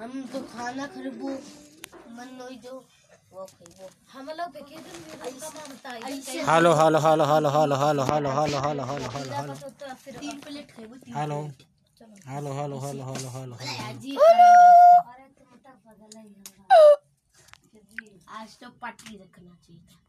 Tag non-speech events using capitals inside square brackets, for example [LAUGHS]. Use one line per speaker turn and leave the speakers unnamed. हम तो खाना खरीबो मन नहीं जो वो खरीबो
हम लोग के खेतन में उसका मां बताई
ऐसे
hello hello hello hello hello hello hello hello hello hello hello hello
तो तो फिर
तीन प्लेट खरीबो तीन
hello hello hello hello hello hello hello
आज ही खाना- [LAUGHS]
औरत मोटा बगल है
आज तो पटरी रखना चाहिए